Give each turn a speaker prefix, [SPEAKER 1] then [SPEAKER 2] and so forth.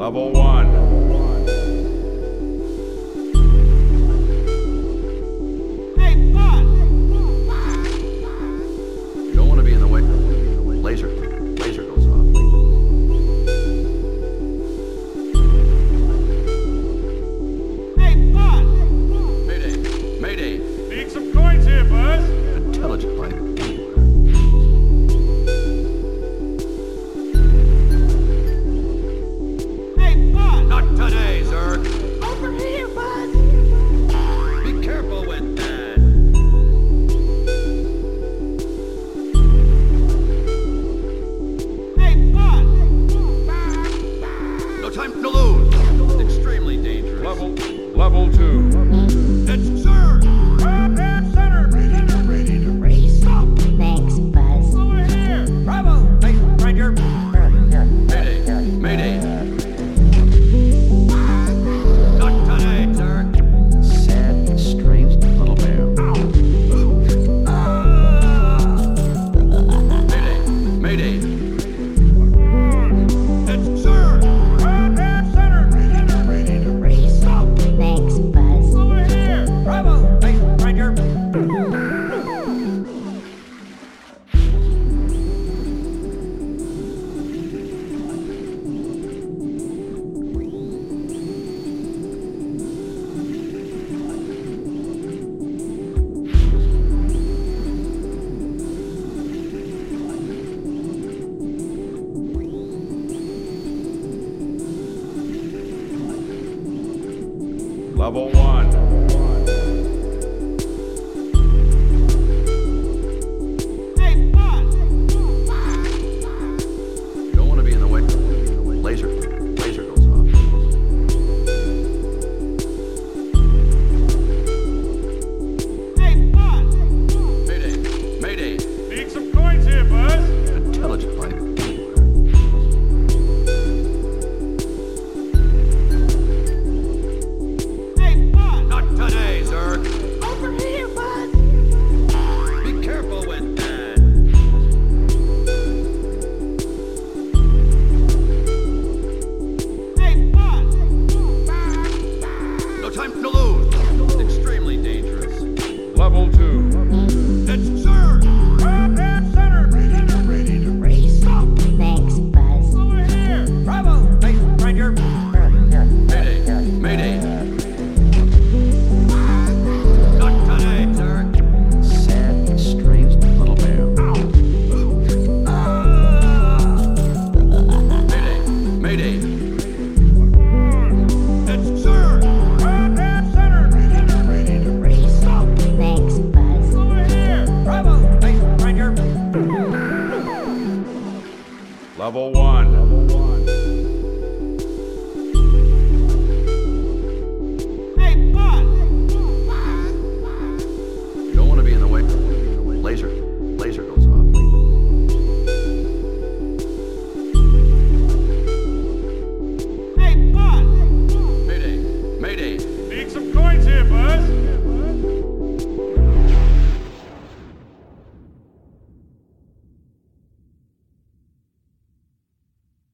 [SPEAKER 1] Level one.
[SPEAKER 2] You don't want to be in the way. Laser. Laser goes off. Mayday. Mayday.
[SPEAKER 1] Need some coins here, bud.
[SPEAKER 2] Intelligent like anywhere. Not today, sir.
[SPEAKER 3] Over here, bud!
[SPEAKER 2] Be careful with that. No time to lose. It's extremely dangerous.
[SPEAKER 1] Level level two.
[SPEAKER 2] It's sir.
[SPEAKER 3] Thanks, Buzz.
[SPEAKER 2] Mayday. Mayday. Not today, sir. Sad, strange little bear. Mayday. Mayday. It's sir.
[SPEAKER 3] Thanks, Buzz.
[SPEAKER 1] Level one.
[SPEAKER 2] You don't want to be in the way. Laser. Laser goes off. Mayday. Mayday.
[SPEAKER 1] Need some coins here, bud.
[SPEAKER 2] Intelligent like anywhere. Not today, sir.
[SPEAKER 3] Over here, bud!
[SPEAKER 2] Be careful with that. No time to lose. It's extremely dangerous.
[SPEAKER 1] Level two.
[SPEAKER 2] It's sir.
[SPEAKER 3] Thanks, Buzz.
[SPEAKER 2] Mayday. Mayday. Not today, sir. Sad, strange little bear. Mayday. Mayday. It's sir.
[SPEAKER 3] Thanks, Buzz.
[SPEAKER 1] Level one.
[SPEAKER 2] You don't want to be in the way. Laser.